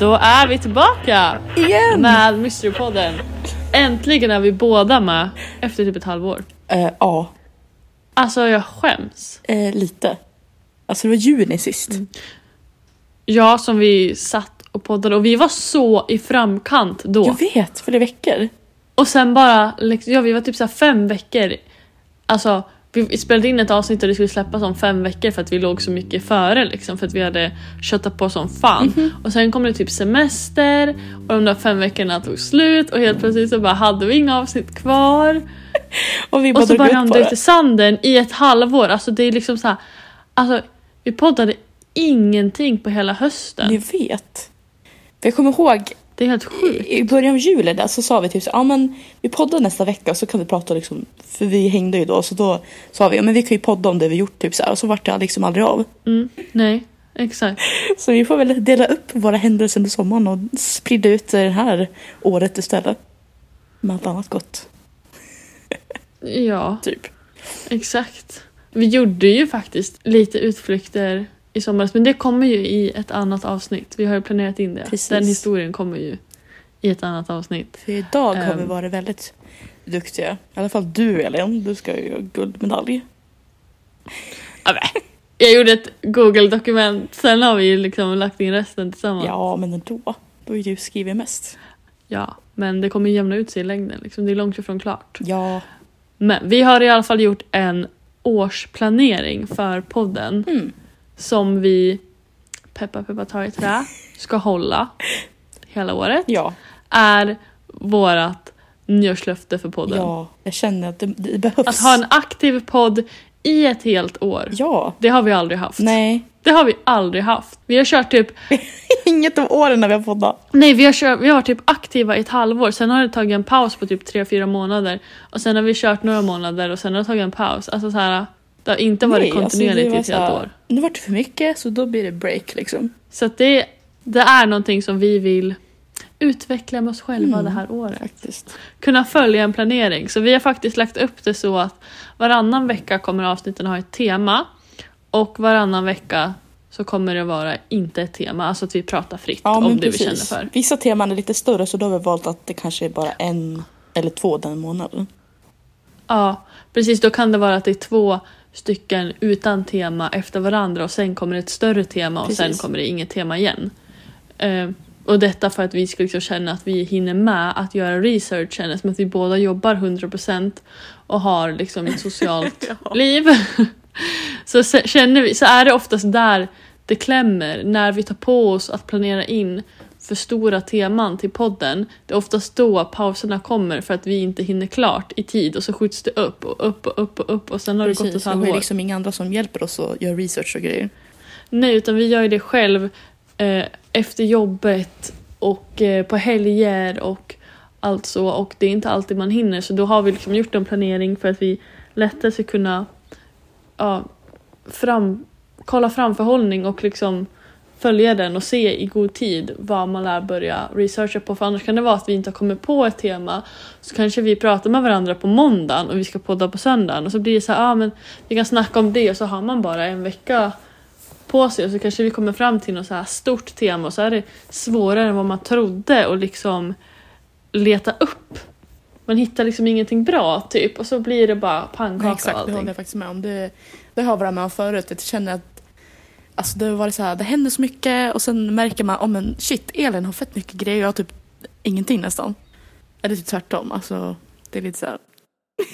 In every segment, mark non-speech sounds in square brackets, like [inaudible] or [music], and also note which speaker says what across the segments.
Speaker 1: Då är vi tillbaka
Speaker 2: Igen!
Speaker 1: med Mysterypodden. Äntligen är vi båda med efter typ ett halvår.
Speaker 2: Eh, ja,
Speaker 1: Alltså jag skäms.
Speaker 2: eh, lite. Alltså det var juni sist.
Speaker 1: Mm. Jag som vi satt och poddade och vi var så i framkant då.
Speaker 2: Jag vet, för det veckor.
Speaker 1: Och sen bara, liksom, ja vi var typ så här fem veckor. Alltså vi spelade in ett avsnitt och det skulle släppas om fem veckor för att vi låg så mycket före liksom. För att vi hade köttat på som fan. Och sen kom det typ semester och de där fem veckorna tog slut och helt plötsligt så bara hade vi inga avsnitt kvar.
Speaker 2: Och vi bara
Speaker 1: Och så
Speaker 2: drog
Speaker 1: bara
Speaker 2: ut
Speaker 1: rann
Speaker 2: på
Speaker 1: det ut i
Speaker 2: det.
Speaker 1: sanden i ett halvår. Alltså det är liksom så här, Alltså vi poddade ingenting på hela hösten.
Speaker 2: Ni vet. För jag kommer ihåg
Speaker 1: Det är helt sjukt.
Speaker 2: i början av julen där så sa vi typ så, ja men vi poddar nästa vecka och så kan vi prata liksom, för vi hängde ju då så då sa vi ja men vi kan ju podda om det vi gjort typ så här och så vart det liksom aldrig av.
Speaker 1: Mm, nej, exakt.
Speaker 2: Så vi får väl dela upp våra händelser under sommaren och sprida ut det här året istället. Med allt annat gott,
Speaker 1: Ja,
Speaker 2: typ.
Speaker 1: exakt. Vi gjorde ju faktiskt lite utflykter i somras men det kommer ju i ett annat avsnitt. Vi har ju planerat in det.
Speaker 2: Precis.
Speaker 1: Den historien kommer ju i ett annat avsnitt.
Speaker 2: För idag har vi
Speaker 1: Ehm.
Speaker 2: varit väldigt duktiga. I alla fall du Elin, du ska ju ha guldmedalj.
Speaker 1: Ja, men. Jag gjorde ett google-dokument, sen har vi ju liksom lagt in resten tillsammans.
Speaker 2: Ja men ändå, då är du skrivit mest.
Speaker 1: ja men det kommer jämna ut sig i längden. Liksom. Det är långt ifrån klart.
Speaker 2: Ja.
Speaker 1: Men vi har i alla fall gjort en årsplanering för podden
Speaker 2: Mm.
Speaker 1: som vi, peppa peppa tar i trä, ska hålla hela året.
Speaker 2: Ja.
Speaker 1: Är vårat nyårslöfte för podden.
Speaker 2: Ja, jag känner att det, det behövs.
Speaker 1: Att ha en aktiv podd i ett helt år.
Speaker 2: Ja.
Speaker 1: Det har vi aldrig haft.
Speaker 2: Nej, [laughs]
Speaker 1: Det har vi aldrig haft. Vi har kört typ,
Speaker 2: inget av åren när vi har poddat.
Speaker 1: nej vi har, kört, vi har varit typ aktiva i ett halvår, sen har det tagit en paus på typ 3-4 månader. Och sen har vi kört några månader och sen har det tagit en paus. Alltså så här, det har inte varit
Speaker 2: alltså,
Speaker 1: kontinuerligt i ett helt år.
Speaker 2: Nu vart det för mycket så då blir det break liksom.
Speaker 1: Så att det, det är någonting som vi vill utveckla med oss själva
Speaker 2: Mm.
Speaker 1: det här året.
Speaker 2: Faktiskt.
Speaker 1: Kunna följa en planering. Så vi har faktiskt lagt upp det så att varannan vecka kommer avsnitten ha ett tema och varannan vecka så kommer det vara inte ett tema, alltså att vi pratar fritt
Speaker 2: Ja,
Speaker 1: om
Speaker 2: men
Speaker 1: det
Speaker 2: precis.
Speaker 1: vi känner för.
Speaker 2: Vissa teman är lite större så då har vi valt att det kanske är bara en eller två den månaden.
Speaker 1: Ja, precis. Då kan det vara att det är två stycken utan tema efter varandra och sen kommer ett större tema och sen
Speaker 2: Precis.
Speaker 1: kommer det inget tema igen. Eh, och detta för att vi ska liksom känna att vi hinner med att göra researchen eftersom att vi båda jobbar 100% och har liksom ett socialt liv. [laughs] så se- känner vi, så är det oftast där det klämmer, när vi tar på oss att planera in för stora teman till podden. Det är oftast då pauserna kommer för att vi inte hinner klart i tid och så skjuts det upp och upp och upp och upp och sen har det gått ett
Speaker 2: vi har
Speaker 1: halvår.
Speaker 2: ju liksom inga andra som hjälper oss att göra research och grejer.
Speaker 1: Nej, utan vi gör ju det själv eh, efter jobbet och eh, på helger och allt så. Och det är inte alltid man hinner så då har vi liksom gjort en planering för att vi lättare ska kunna ja, fram, kolla framförhållning och liksom följa den och se i god tid vad man lär börja researcha på. För annars kan det vara att vi inte har kommit på ett tema så kanske vi pratar med varandra på måndagen och vi ska podda på söndagen och så blir det så här, ah, men vi kan snacka om det och så har man bara en vecka på sig och så kanske vi kommer fram till något så här stort tema och så är det svårare än vad man trodde och liksom leta upp. Man hittar liksom ingenting bra typ och så blir det bara pannkaka
Speaker 2: Nej,
Speaker 1: och
Speaker 2: exakt, det håller
Speaker 1: allting.
Speaker 2: jag faktiskt med om. Det, det har jag varit med om förut. Jag känner att alltså, det har varit så här, det händer så mycket och sen märker man, oh, men shit, Elin har fett mycket grejer och jag har typ ingenting nästan. Eller typ tvärtom. Alltså, det är lite så här. [laughs]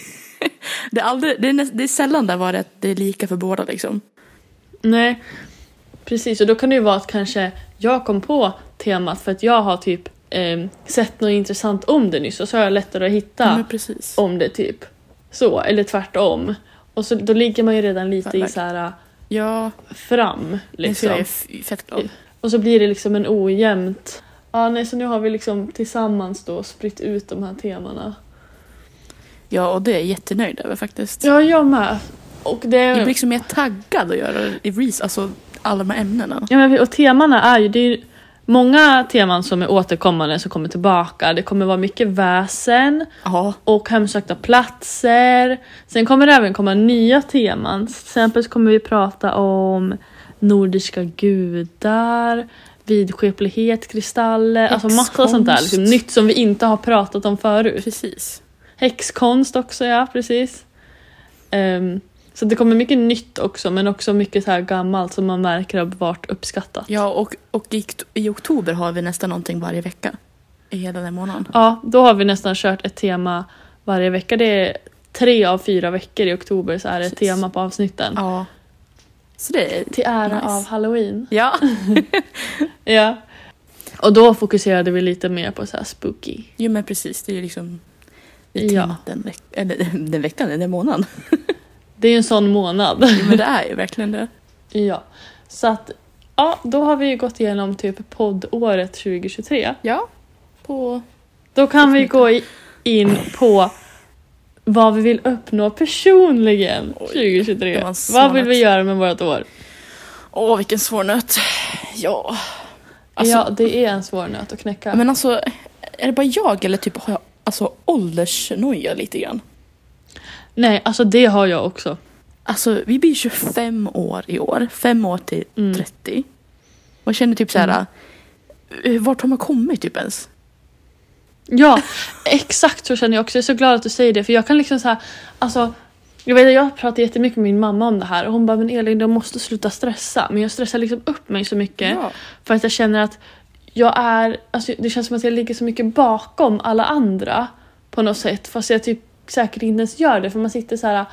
Speaker 2: det, är aldrig, det, är näst, det är sällan det har varit att det är lika för båda liksom.
Speaker 1: Nej, precis. Och då kan det ju vara att kanske jag kom på temat för att jag har typ eh, sett något intressant om det nyss och så har jag lättare att hitta
Speaker 2: Men precis.
Speaker 1: om det typ. Så, eller tvärtom. Och så, då ligger man ju redan lite i
Speaker 2: Verkligen.
Speaker 1: så här äh,
Speaker 2: Ja,
Speaker 1: fram.
Speaker 2: liksom. jag är
Speaker 1: Liksom.
Speaker 2: f- fett glad.
Speaker 1: Och så blir det liksom en ojämnt... Ja, nej, så nu har vi liksom tillsammans då spritt ut de här temana.
Speaker 2: Ja, och det är jag jättenöjd över faktiskt.
Speaker 1: Ja, jag med. Och det...
Speaker 2: Jag blir liksom mer taggad att göra i res, alltså alla de här ämnena.
Speaker 1: Ja, men, och temana är ju, det är ju många teman som är återkommande som kommer tillbaka. Det kommer vara mycket väsen
Speaker 2: Ja,
Speaker 1: och hemsökta platser. Sen kommer det även komma nya teman. Till exempel så kommer vi prata om nordiska gudar, vidskeplighet, kristaller, alltså massa sånt där liksom,
Speaker 2: Häxkonst.
Speaker 1: nytt som vi inte har pratat om förut.
Speaker 2: Precis.
Speaker 1: Häxkonst också, ja precis. Ehm, så det kommer mycket nytt också men också mycket så här gammalt som man märker har varit uppskattat.
Speaker 2: Ja, och, och i, i oktober har vi nästan någonting varje vecka. I hela den månaden.
Speaker 1: Ja, då har vi nästan kört ett tema varje vecka. Det är tre av fyra veckor i oktober så är det ett
Speaker 2: Precis.
Speaker 1: tema på avsnitten.
Speaker 2: Ja. Så det är...
Speaker 1: Till ära
Speaker 2: Nice.
Speaker 1: av halloween.
Speaker 2: Ja.
Speaker 1: Ja. Och då fokuserade vi lite mer på så här spooky.
Speaker 2: Jo men precis, det är ju liksom det är
Speaker 1: Ja.
Speaker 2: temat den, veck- eller, [laughs] den veckan, den månaden.
Speaker 1: Det är ju en sån månad. [laughs]
Speaker 2: Jo, men det är ju verkligen det.
Speaker 1: ja. Så att, ja, då har vi ju gått igenom typ poddåret 2023.
Speaker 2: Ja. På...
Speaker 1: Då kan vi gå i- in på vad vi vill uppnå personligen
Speaker 2: Oj, det
Speaker 1: 2023.
Speaker 2: var en svår
Speaker 1: Vad vill vi
Speaker 2: natt.
Speaker 1: göra med vårt år?
Speaker 2: Åh, vilken svår nöt. Ja. Alltså,
Speaker 1: ja, det är en svår nöt att knäcka.
Speaker 2: Men alltså, är det bara jag eller typ har jag alltså, åldersnoja lite grann?
Speaker 1: Nej, alltså det har jag också.
Speaker 2: Alltså, vi blir 25 år i år. Fem år till
Speaker 1: Mm.
Speaker 2: 30. Man känner typ så här,
Speaker 1: Mm.
Speaker 2: eh, vart har man kommit typ ens?
Speaker 1: Ja, exakt så känner jag också. Jag är så glad att du säger det för jag kan liksom så här, alltså jag vet att jag pratar jättemycket med min mamma om det här och hon bara men Elin du måste sluta stressa men jag stressar liksom upp mig så mycket
Speaker 2: Ja.
Speaker 1: för att jag känner att jag är, alltså det känns som att jag ligger så mycket bakom alla andra på något sätt fast jag typ säkert inte ens gör det för man sitter så här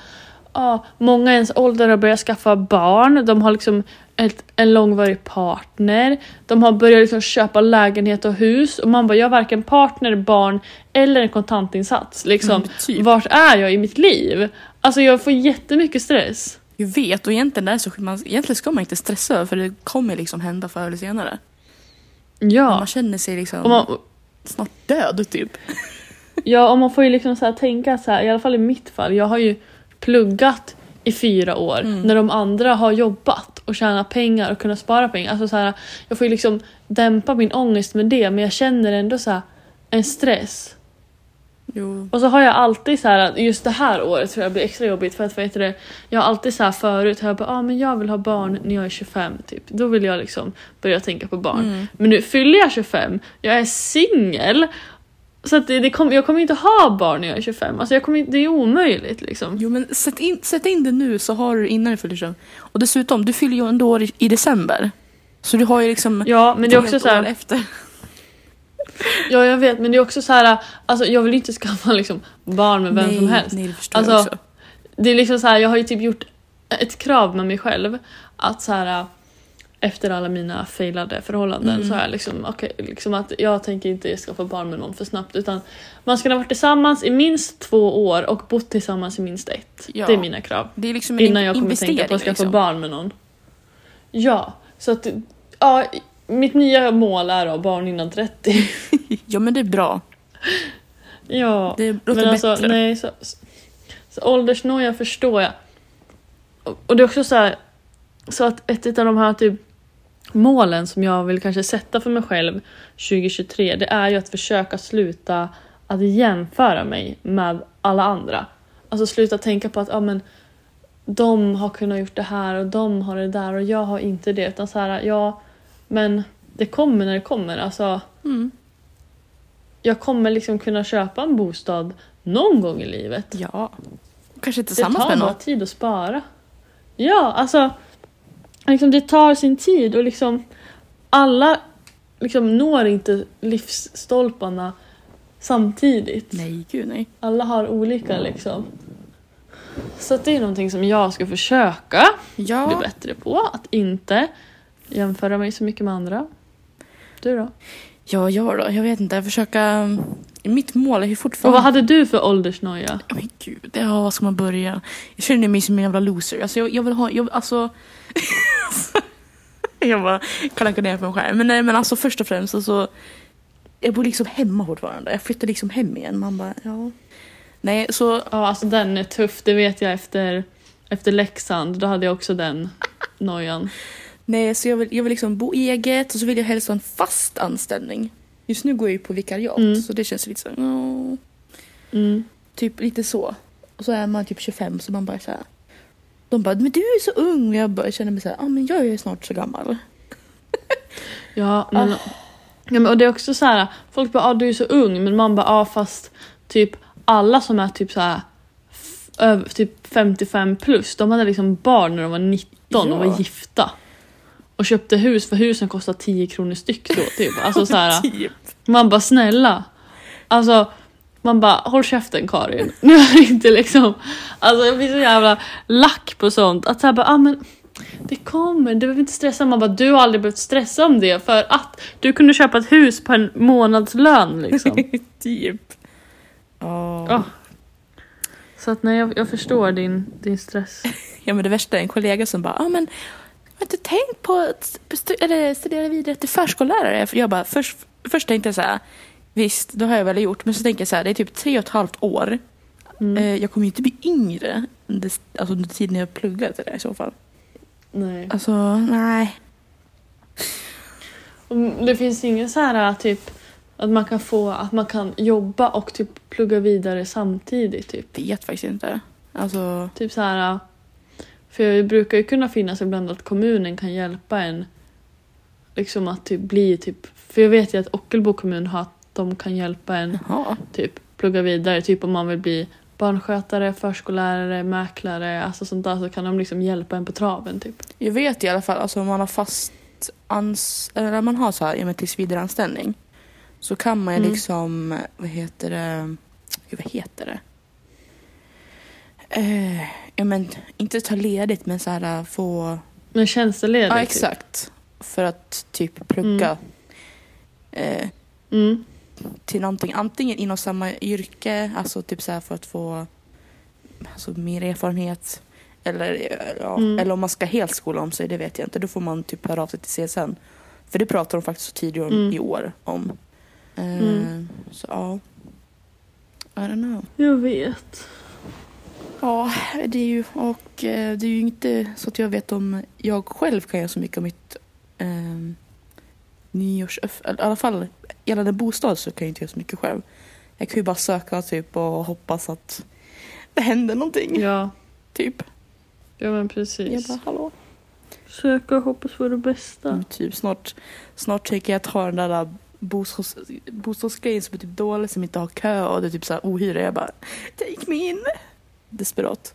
Speaker 1: ja, många i ens ålder har börjat skaffa barn, de har liksom ett, en långvarig partner, de har börjat liksom köpa lägenhet och hus och man bara, jag har varken partner, barn eller en kontantinsats. Liksom,
Speaker 2: Mm, typ.
Speaker 1: Vart är jag i mitt liv? Alltså jag får jättemycket stress.
Speaker 2: Jag vet, och egentligen, där så, man, egentligen ska man inte stressa över för det kommer liksom hända förr eller senare. Man
Speaker 1: Ja.
Speaker 2: känner sig liksom
Speaker 1: Och man,
Speaker 2: snart död typ.
Speaker 1: ja, och man får ju liksom så här tänka så här, i alla fall i mitt fall, jag har ju pluggat i fyra år
Speaker 2: Mm.
Speaker 1: när de andra har jobbat och tjänat pengar och kunnat spara pengar. Alltså så här, jag får ju liksom dämpa min ångest med det men jag känner ändå så här, en stress.
Speaker 2: Jo.
Speaker 1: Och så har jag alltid så här, att just det här året tror jag blir extra jobbigt för att vad heter det, jag har alltid så här förut, har jag bara, ah, men jag vill ha barn när jag är 25 typ. Då vill jag liksom börja tänka på barn.
Speaker 2: Mm.
Speaker 1: Men nu fyller jag 25, jag är singel. Så att det, det kom, jag kommer inte ha barn när jag är 25, alltså jag kommer, inte- det är omöjligt liksom.
Speaker 2: Jo men sätt in, sätt in det nu så har du innan du fyller 25. Och dessutom, du fyller ju ändå år i, i december. Så du har ju liksom
Speaker 1: Ja men det är
Speaker 2: ett
Speaker 1: också
Speaker 2: helt
Speaker 1: så
Speaker 2: år
Speaker 1: här,
Speaker 2: efter.
Speaker 1: ja jag vet men det är också så här, alltså jag vill inte skaffa [laughs] liksom barn med vem
Speaker 2: nej,
Speaker 1: som helst.
Speaker 2: Nej, det förstår jag
Speaker 1: Alltså,
Speaker 2: också.
Speaker 1: Det är liksom så här, jag har ju typ gjort ett krav med mig själv att så här efter alla mina failade förhållanden
Speaker 2: Mm.
Speaker 1: så har jag liksom, okej, liksom att jag tänker inte skaffa barn med någon för snabbt utan man ska ha varit tillsammans i minst två år och bott tillsammans i minst ett.
Speaker 2: Ja.
Speaker 1: Det är mina krav.
Speaker 2: Det är liksom en
Speaker 1: Innan jag kommer
Speaker 2: investering
Speaker 1: tänka på att skaffa
Speaker 2: liksom.
Speaker 1: barn med någon. Ja, så att ja, mitt nya mål är att ha barn innan 30.
Speaker 2: Ja men det är bra.
Speaker 1: [laughs] ja.
Speaker 2: Det låter
Speaker 1: men alltså,
Speaker 2: bättre.
Speaker 1: Nej, så, så, så åldersnoja förstår jag. Och, och det är också så här, så att ett av de här typ målen som jag vill kanske sätta för mig själv 2023, det är ju att försöka sluta att jämföra mig med alla andra. Alltså sluta tänka på att ja men, de har kunnat gjort det här och de har det där och jag har inte det. Utan så här, ja men det kommer när det kommer. Alltså,
Speaker 2: Mm.
Speaker 1: jag kommer liksom kunna köpa en bostad någon gång i livet.
Speaker 2: Ja. Kanske
Speaker 1: Det
Speaker 2: tillsammans
Speaker 1: tar
Speaker 2: med
Speaker 1: bara
Speaker 2: någon.
Speaker 1: tid att spara. Ja, alltså. Liksom det tar sin tid och liksom alla liksom når inte livsstolparna samtidigt.
Speaker 2: Nej, gud nej.
Speaker 1: Alla har olika liksom. Så att det är någonting som jag ska försöka bli
Speaker 2: Ja.
Speaker 1: bättre på. Att inte jämföra mig så mycket med andra. Du då?
Speaker 2: Ja, jag då? Jag vet inte. Jag försöka... Mitt mål är ju
Speaker 1: Och
Speaker 2: fortfarande...
Speaker 1: vad hade du för åldersnoja?
Speaker 2: Ja, Men gud, ja, var ska man börja? Jag känner mig som en jävla loser. Alltså jag, jag vill ha, jag, alltså... [laughs] jag bara klankar ner på mig själv. Men nej, men alltså först och främst alltså... Jag bor liksom hemma fortfarande. Jag flyttar liksom hem igen. Man bara, ja... Nej, så...
Speaker 1: Ja, alltså den är tuff. Det vet jag efter, efter Leksand. Då hade jag också den nojan.
Speaker 2: Nej, så jag vill, jag vill liksom bo eget och så vill jag helst ha en fast anställning. Just nu går jag ju på vikariat,
Speaker 1: Mm.
Speaker 2: så det känns lite så... här, ja,
Speaker 1: Mm.
Speaker 2: typ lite så. Och så är man typ 25, så man bara så här... De bara, men du är så ung. Och jag bara, känner mig så här, ah, men jag är ju snart så gammal.
Speaker 1: Ja, men, ja, men och det är också så här, folk bara ah, du är så ung men man bara ah, fast typ alla som är typ så här f- över, typ 55 plus de hade liksom barn när de var 19 och
Speaker 2: Ja.
Speaker 1: var gifta. Och köpte hus för husen kostar 10 kronor styck då typ. Alltså så
Speaker 2: [laughs]
Speaker 1: här,
Speaker 2: typ.
Speaker 1: man bara snälla. Alltså man bara håll käften Karin. [laughs] Nu är det inte liksom. Alltså jag blir så jävla lack på sånt. Att såhär bara ah, men det kommer, du behöver inte stressa. Man bara du har aldrig behövt stressa om det för att du kunde köpa ett hus på en månadslön liksom.
Speaker 2: typ. Ja.
Speaker 1: Ja. Så att nej jag, jag förstår din, din stress.
Speaker 2: Ja men det värsta är en kollega som bara, ja men jag har inte tänkt på att bestu- eller studera vidare till förskollärare. För Jag bara, först, först tänkte jag så här, visst det har jag väl gjort, men så tänker jag så här, det är typ tre och ett halvt år.
Speaker 1: Mm.
Speaker 2: Eh, Jag kommer ju inte bli yngre under, alltså under tiden jag pluggar till det i så fall.
Speaker 1: Mm. Nej.
Speaker 2: Alltså, nej.
Speaker 1: Mm, Det finns ingen så här typ att man kan få att man kan jobba och typ plugga vidare samtidigt typ.
Speaker 2: Vet faktiskt inte. Alltså,
Speaker 1: Typ så här. För det brukar ju kunna finnas ibland att kommunen kan hjälpa en. Liksom att typ bli typ. För jag vet ju att Ockelbo kommun har att de kan hjälpa en
Speaker 2: jaha.
Speaker 1: typ plugga vidare. Typ om man vill bli barnskötare, förskollärare, mäklare, alltså sånt där så kan de liksom hjälpa en på traven typ.
Speaker 2: Jag vet i alla fall, alltså om man har fast ans... Eller om man har så här, ja men tillsvidareanställning. Så kan man ju
Speaker 1: Mm.
Speaker 2: liksom, vad heter det? Gud, vad heter det? Eh, ja men, inte ta ledigt men så här få...
Speaker 1: Men tjänsteledig. typ.
Speaker 2: Ja exakt. För att typ plugga eh,
Speaker 1: Typ. Mm.
Speaker 2: till någonting. Antingen inom samma yrke, alltså typ så här för att få alltså, mer erfarenhet. Eller, ja,
Speaker 1: Mm.
Speaker 2: eller om man ska helt skola om sig, det vet jag inte. Då får man typ höra av sig till CSN. För det pratar de faktiskt tidigare om,
Speaker 1: Mm.
Speaker 2: i år om. Eh,
Speaker 1: Mm.
Speaker 2: Så ja. I don't know.
Speaker 1: Jag vet.
Speaker 2: Ja, det är ju, och eh, det är ju inte så att jag vet om jag själv kan göra så mycket om mitt eh, nyårs... eller I alla fall gällande bostad så kan jag inte göra så mycket själv. Jag kan ju bara söka typ och hoppas att det händer någonting.
Speaker 1: Ja,
Speaker 2: Typ.
Speaker 1: ja men
Speaker 2: Jag
Speaker 1: precis.
Speaker 2: bara, hallå?
Speaker 1: Söka och hoppas på det bästa.
Speaker 2: Mm, typ snart, snart tänker jag ta den där bostads, bostadsgrejen som är typ dålig, som inte har kö och det är typ så här ohyra. Jag bara, take me in! Desperat.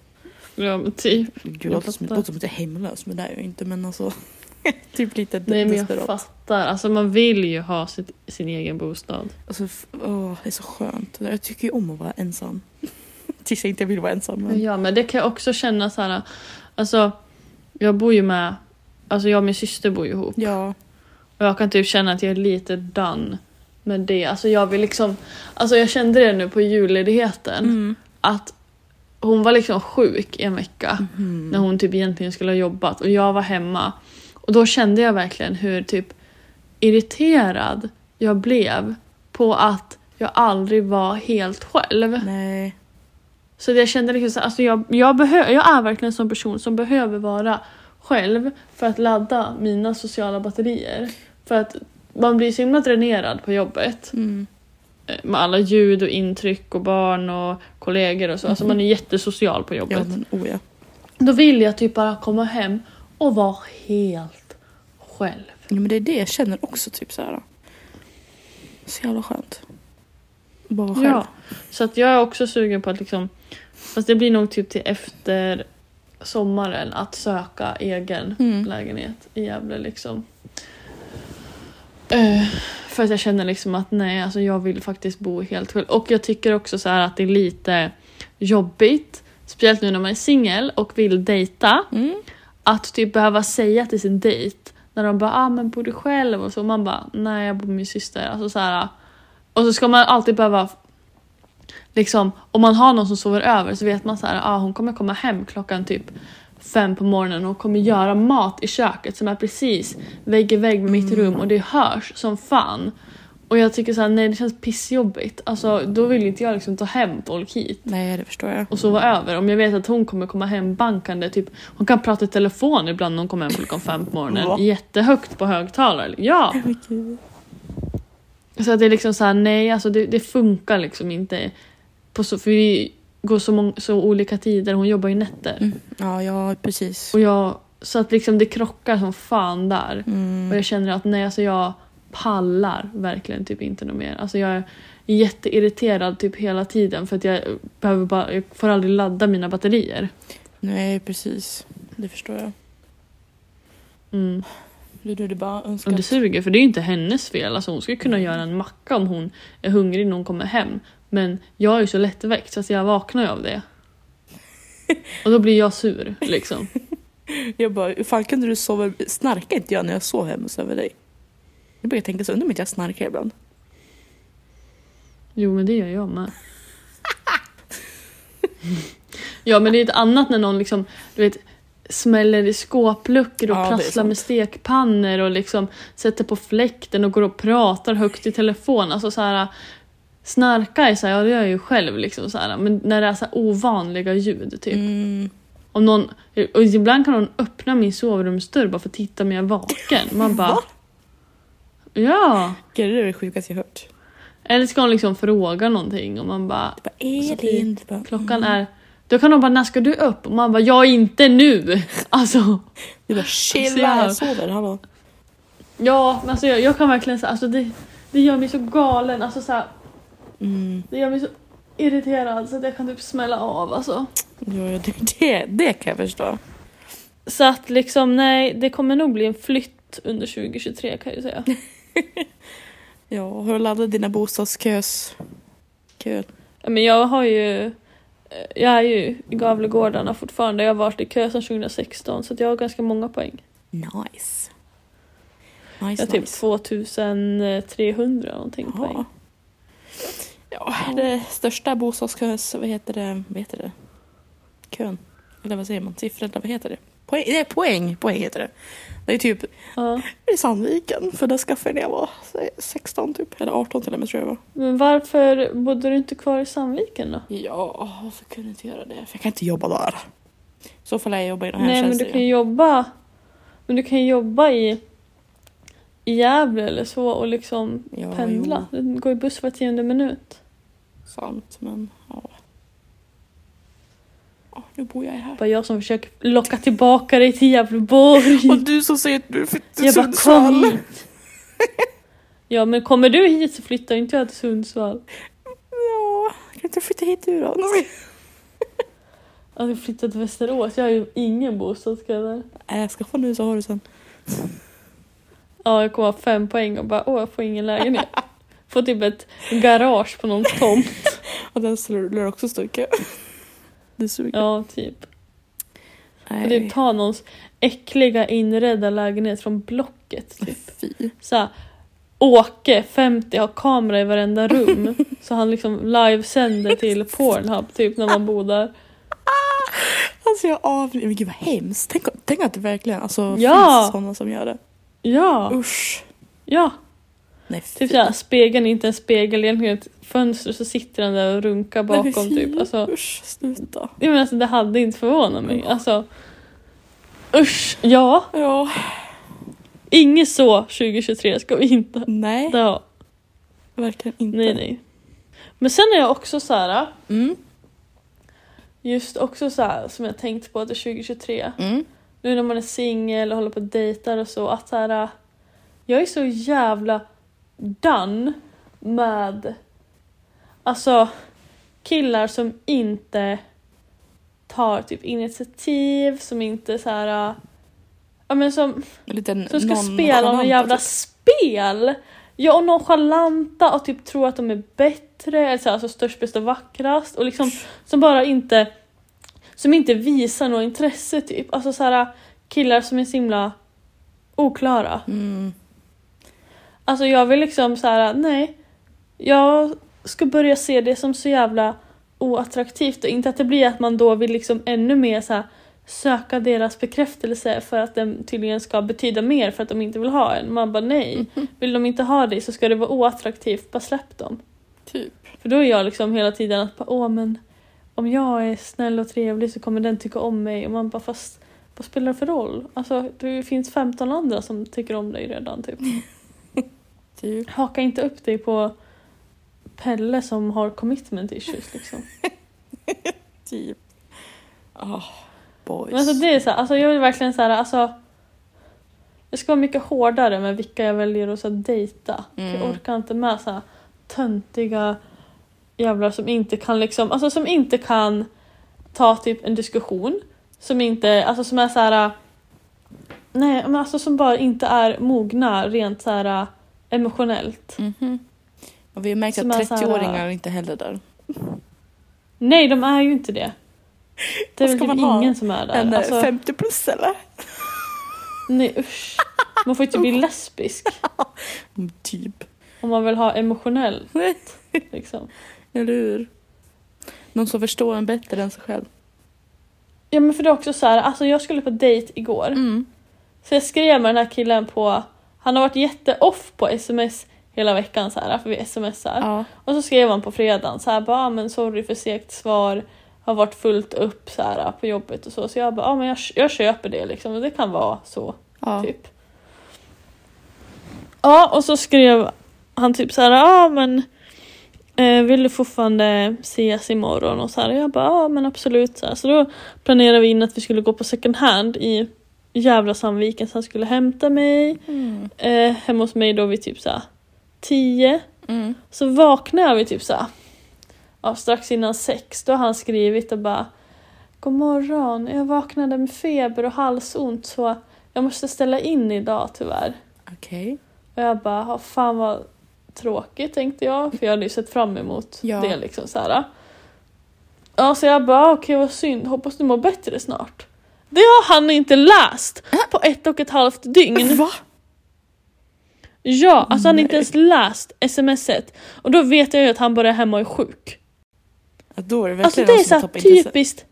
Speaker 1: Ja men typ.
Speaker 2: Gud, det
Speaker 1: Jag
Speaker 2: låter som- det
Speaker 1: fattar.
Speaker 2: låter som att jag är hemlös, men det är jag ju inte. Men alltså, [laughs] typ lite
Speaker 1: Nej men jag
Speaker 2: desperat.
Speaker 1: fattar. Alltså man vill ju ha sitt, sin egen bostad.
Speaker 2: Alltså, f- åh, det är så skönt. Jag tycker ju om att vara ensam. [laughs] Tills jag inte vill vara ensam. Men...
Speaker 1: Ja, men det kan jag också känna så här. Alltså, jag bor ju med... Alltså jag och min syster bor ju ihop.
Speaker 2: Ja,
Speaker 1: Och jag kan typ känna att jag är lite done med det. Alltså jag vill liksom... Alltså jag kände det nu på julledigheten.
Speaker 2: mm.
Speaker 1: Att hon var liksom sjuk i en vecka.
Speaker 2: Mhm.
Speaker 1: När hon typ egentligen skulle ha jobbat och jag var hemma. Och då kände jag verkligen hur typ irriterad jag blev på att jag aldrig var helt själv.
Speaker 2: Nej.
Speaker 1: Så jag kände liksom så, alltså jag, jag, behö, jag är verkligen en sån person som behöver vara själv för att ladda mina sociala batterier. För att man blir så himla dränerad på jobbet
Speaker 2: Mm.
Speaker 1: eh, med alla ljud och intryck och barn och kollegor och så. Alltså man är jättesocial på
Speaker 2: Ja,
Speaker 1: jobbet.
Speaker 2: men oh ja.
Speaker 1: Då vill jag typ bara komma hem och vara helt själv.
Speaker 2: ja. men det är det jag känner också. Typ så här. Så jävla skönt. Bara vara själv.
Speaker 1: Ja, så att jag är också sugen på att liksom, fast det blir nog typ till efter sommaren att söka egen
Speaker 2: Mm.
Speaker 1: lägenhet i Gävle liksom. Eh, för att jag känner liksom att nej, alltså jag vill faktiskt bo helt själv. Och jag tycker också så här att det är lite jobbigt, speciellt nu när man är singel och vill dejta,
Speaker 2: Mm.
Speaker 1: att typ behöva säga till sin dejt när de bara ah, men bor du själv och så man bara nej jag bor med min syster. Alltså, så här, och så ska man alltid behöva liksom om man har någon som sover över så vet man så här ah, hon kommer komma hem klockan typ fem på morgonen och hon kommer göra mat i köket som är precis vägg i vägg med mitt rum och det hörs som fan. Och jag tycker så här, nej det känns pissjobbigt. Alltså då vill inte jag liksom ta hem folk hit
Speaker 2: Nej, det förstår jag.
Speaker 1: och sova över. Om jag vet att hon kommer komma hem bankande. Typ, hon kan prata i telefon ibland när hon kommer hem klockan fem på morgonen.
Speaker 2: Va?
Speaker 1: Jättehögt på högtalare. Ja!
Speaker 2: Men gud.
Speaker 1: Så att det är liksom såhär, nej alltså det, det funkar liksom inte. På så, för vi, går så, mång- så olika tider. Hon jobbar ju nätter.
Speaker 2: Mm. Ja, ja precis.
Speaker 1: Och jag, så att liksom det krockar som fan där. Och
Speaker 2: Mm.
Speaker 1: jag känner att nej, alltså jag pallar verkligen typ inte något mer. Alltså jag är jätteirriterad typ hela tiden för att jag behöver bara, jag får aldrig ladda mina batterier.
Speaker 2: Nej, precis. Det förstår jag.
Speaker 1: Mm.
Speaker 2: Du gjorde bara
Speaker 1: Och
Speaker 2: önskat.
Speaker 1: det suger för det är ju inte hennes fel. Alltså hon skulle kunna göra en macka om hon är hungrig när hon kommer hem. Men jag är ju så lättväckt så att jag vaknar ju av det. Och då blir jag sur liksom.
Speaker 2: Jag bara, hur fan kunde du sova? Snarkade inte jag när jag sov hemma hos över dig? Jag börjar tänka så, undrar om inte jag snarkar ibland.
Speaker 1: Jo men det gör jag med. Ja men det är ett annat när någon liksom, du vet, smäller i skåpluckor och
Speaker 2: Ja, det är
Speaker 1: prasslar med
Speaker 2: sant.
Speaker 1: stekpannor och liksom sätter på fläkten och går och pratar högt i telefon. Alltså så här, snarka är så här, ja det gör jag ju själv liksom så här. Men när det är så här ovanliga ljud typ.
Speaker 2: Mm.
Speaker 1: Om någon, och ibland kan någon öppna min sovrumsdörr bara för att titta om jag är vaken. Man bara...
Speaker 2: Va?
Speaker 1: Ja!
Speaker 2: Gud, Det är det sjukaste jag hört.
Speaker 1: Eller ska hon liksom fråga någonting och man bara...
Speaker 2: Bara, Elin. Bara,
Speaker 1: Alltså,
Speaker 2: mm.
Speaker 1: Klockan är... Då kan de bara när ska du upp? Och man bara jag inte nu! [laughs] Alltså...
Speaker 2: Du bara chilla, jag sover. Hallå.
Speaker 1: Ja, men alltså jag, jag kan verkligen säga alltså det, det gör mig så galen. Alltså så här,
Speaker 2: Mm.
Speaker 1: det gör mig så irriterad så att jag kan typ smälla av alltså.
Speaker 2: Ja, ja, det- det, det kan jag förstå.
Speaker 1: Så att liksom nej, det kommer nog bli en flytt under 2023 kan jag ju säga.
Speaker 2: Ja, har du laddat dina bostadskös? Kul.
Speaker 1: Ja, Men jag har ju... eh, Jag är ju i Gavlegårdarna fortfarande. Jag har varit i kö sedan 2016 så att jag har ganska många poäng.
Speaker 2: Nice.
Speaker 1: Jag
Speaker 2: Nice,
Speaker 1: har typ
Speaker 2: nice.
Speaker 1: 2300 någonting poäng.
Speaker 2: Ja. ja, det största bostadskös... Vad heter det? Vad heter det? Kön? Eller vad säger man? Siffror? Eller vad heter det? Poäng? Nej, poäng. Poäng heter det. Det är typ
Speaker 1: Ja.
Speaker 2: i Sandviken, för där skaffade jag när jag var se- 16 typ. Eller 18 till och med tror jag det var.
Speaker 1: Men varför bodde du inte kvar i Sandviken då?
Speaker 2: Ja, varför kunde jag inte göra det? För jag kan inte jobba där. I Så fall jag jobba inom
Speaker 1: Nej men
Speaker 2: hemtjänsten.
Speaker 1: du kan ju jobba... Men du kan ju jobba i, i Gävle eller så och liksom
Speaker 2: Ja, jo.
Speaker 1: pendla. Du går ju buss var tionde minut.
Speaker 2: Sant, men ja. Ja, nu bor jag här.
Speaker 1: Bara jag som försöker locka tillbaka dig till Gävleborg.
Speaker 2: Och du som säger att du är från
Speaker 1: Jag bara kom
Speaker 2: Sundsvall.
Speaker 1: hit. Ja men kommer du hit så flyttar inte jag till Sundsvall.
Speaker 2: Ja, kan inte flytta hit du då?
Speaker 1: Att Alltså, jag flyttar till Västerås, jag har ju ingen bostadskö där.
Speaker 2: Nej, skaffa nu så har du sen.
Speaker 1: Ja jag kommer ha fem poäng och bara åh jag får ingen
Speaker 2: [laughs]
Speaker 1: lägenhet. Får typ ett garage på någon tomt.
Speaker 2: Och den slår lär också stå i kö. Det suger.
Speaker 1: Ja typ.
Speaker 2: Nej.
Speaker 1: Och typ ta någons äckliga inredda lägenhet från Blocket. Typ.
Speaker 2: Fy.
Speaker 1: Såhär, Åke 50 har kamera i varenda
Speaker 2: [laughs]
Speaker 1: rum. Så han liksom livesänder till Pornhub typ när man bor där.
Speaker 2: Alltså jag avlider. Men gud vad hemskt. Tänk, tänk att det verkligen alltså,
Speaker 1: Ja.
Speaker 2: finns sådana som gör det.
Speaker 1: Ja,
Speaker 2: Usch.
Speaker 1: ja.
Speaker 2: Nej, fy.
Speaker 1: Typ såhär, spegeln är inte en spegel, egentligen ett fönster så sitter han där och runkar
Speaker 2: Nej, men
Speaker 1: bakom
Speaker 2: fy.
Speaker 1: typ. Alltså,
Speaker 2: Usch, sluta.
Speaker 1: jag menar, alltså, det hade inte förvånat mig. Alltså, usch, ja.
Speaker 2: Ja.
Speaker 1: Inget så 2023 ska vi inte ha.
Speaker 2: Nej,
Speaker 1: Ja,
Speaker 2: verkligen inte.
Speaker 1: nej, nej. Men sen är jag också så här,
Speaker 2: Mm.
Speaker 1: just också så här som jag tänkt på att det är 2023.
Speaker 2: Mm.
Speaker 1: Nu när man är singel och håller på och dejtar och så, att så här, äh, jag är så jävla done med alltså killar som inte tar typ initiativ, som inte så här, äh, ja men som,
Speaker 2: En liten
Speaker 1: som ska
Speaker 2: någon- typ.
Speaker 1: spela någon
Speaker 2: någon-
Speaker 1: jävla spel! Ja och nonchalanta och typ tror att de är bättre, eller så här, alltså störst, bäst och vackrast och liksom som bara inte som inte visar något intresse typ. Alltså så här killar som är så himla oklara.
Speaker 2: Mm.
Speaker 1: [laughs] Alltså jag vill liksom så här: nej. Jag ska börja se det som så jävla oattraktivt och inte att det blir att man då vill liksom ännu mer så här söka deras bekräftelse för att den tydligen ska betyda mer för att de inte vill ha en. Man bara
Speaker 2: Mm.
Speaker 1: nej, vill de inte ha dig så ska det vara oattraktivt, bara släpp dem.
Speaker 2: Typ.
Speaker 1: För då är jag liksom hela tiden att bara, åh men om jag är snäll och trevlig så kommer den tycka om mig och man bara fast vad spelar det för roll? Alltså det finns 15 andra som tycker om dig redan typ.
Speaker 2: typ.
Speaker 1: Haka inte upp dig på Pelle som har commitment issues liksom.
Speaker 2: typ. Oh, boys.
Speaker 1: Men alltså det är så här, alltså jag vill verkligen så här, alltså jag ska vara mycket hårdare med vilka jag väljer att så här, dejta.
Speaker 2: Mm.
Speaker 1: Jag orkar inte med så här, töntiga jävlar som inte kan liksom, alltså som inte kan ta typ en diskussion. Som inte, alltså som är så här. Nej men alltså som bara inte är mogna rent så här emotionellt.
Speaker 2: Mhm. Och vi har märkt
Speaker 1: Som är
Speaker 2: att
Speaker 1: så här-
Speaker 2: 30-åringar är inte heller där.
Speaker 1: Nej de är ju inte det. Det är
Speaker 2: Vad
Speaker 1: väl
Speaker 2: ska
Speaker 1: typ
Speaker 2: man ha?
Speaker 1: ingen som är där.
Speaker 2: En eh,
Speaker 1: Alltså,
Speaker 2: 50 plus eller?
Speaker 1: nej usch. Man får ju inte
Speaker 2: [laughs]
Speaker 1: bli lesbisk
Speaker 2: Mm, Typ.
Speaker 1: om man vill ha emotionellt. Liksom.
Speaker 2: Eller hur? Någon som förstår en bättre än sig själv.
Speaker 1: Ja men för det är också så här, alltså jag skulle på dejt igår.
Speaker 2: Mm.
Speaker 1: Så jag skrev med den här killen på, han har varit jätteoff på sms hela veckan så här, för vi smsar.
Speaker 2: Ja.
Speaker 1: Och så skrev han på fredagen så här bara, ah, men sorry för segt svar, har varit fullt upp så här på jobbet och så. Så jag bara, ah, men jag, jag köper det liksom och det kan vara så
Speaker 2: ja.
Speaker 1: typ. Ja och så skrev han typ så här, ja ah, men eh, vill du fortfarande ses imorgon? Och så här, jag bara, ja ah, men absolut. Så, här. så då planerade vi in att vi skulle gå på second hand i jävla Sandviken så han skulle hämta mig
Speaker 2: Mm.
Speaker 1: eh, hemma hos mig då vid typ så här, 10.
Speaker 2: Mm.
Speaker 1: Så vaknade jag vid typ så här, ja, strax innan sex, då har han skrivit och bara God morgon, jag vaknade med feber och halsont så jag måste ställa in idag tyvärr.
Speaker 2: Okej.
Speaker 1: Och jag bara, "Ja, fan vad tråkigt tänkte jag, för jag hade ju sett fram emot
Speaker 2: Ja.
Speaker 1: det liksom så här. Ja, så jag bara, "Ah, okej vad synd, hoppas du mår bättre snart. Det har han inte läst på ett och ett halvt dygn.
Speaker 2: Va?
Speaker 1: Ja, alltså han har inte
Speaker 2: Nej.
Speaker 1: ens läst smset. Och då vet jag ju att han bara är hemma och är sjuk.
Speaker 2: Ja, Då är det
Speaker 1: Alltså
Speaker 2: verkligen
Speaker 1: det är
Speaker 2: någon
Speaker 1: så
Speaker 2: som tappar intresset
Speaker 1: typiskt.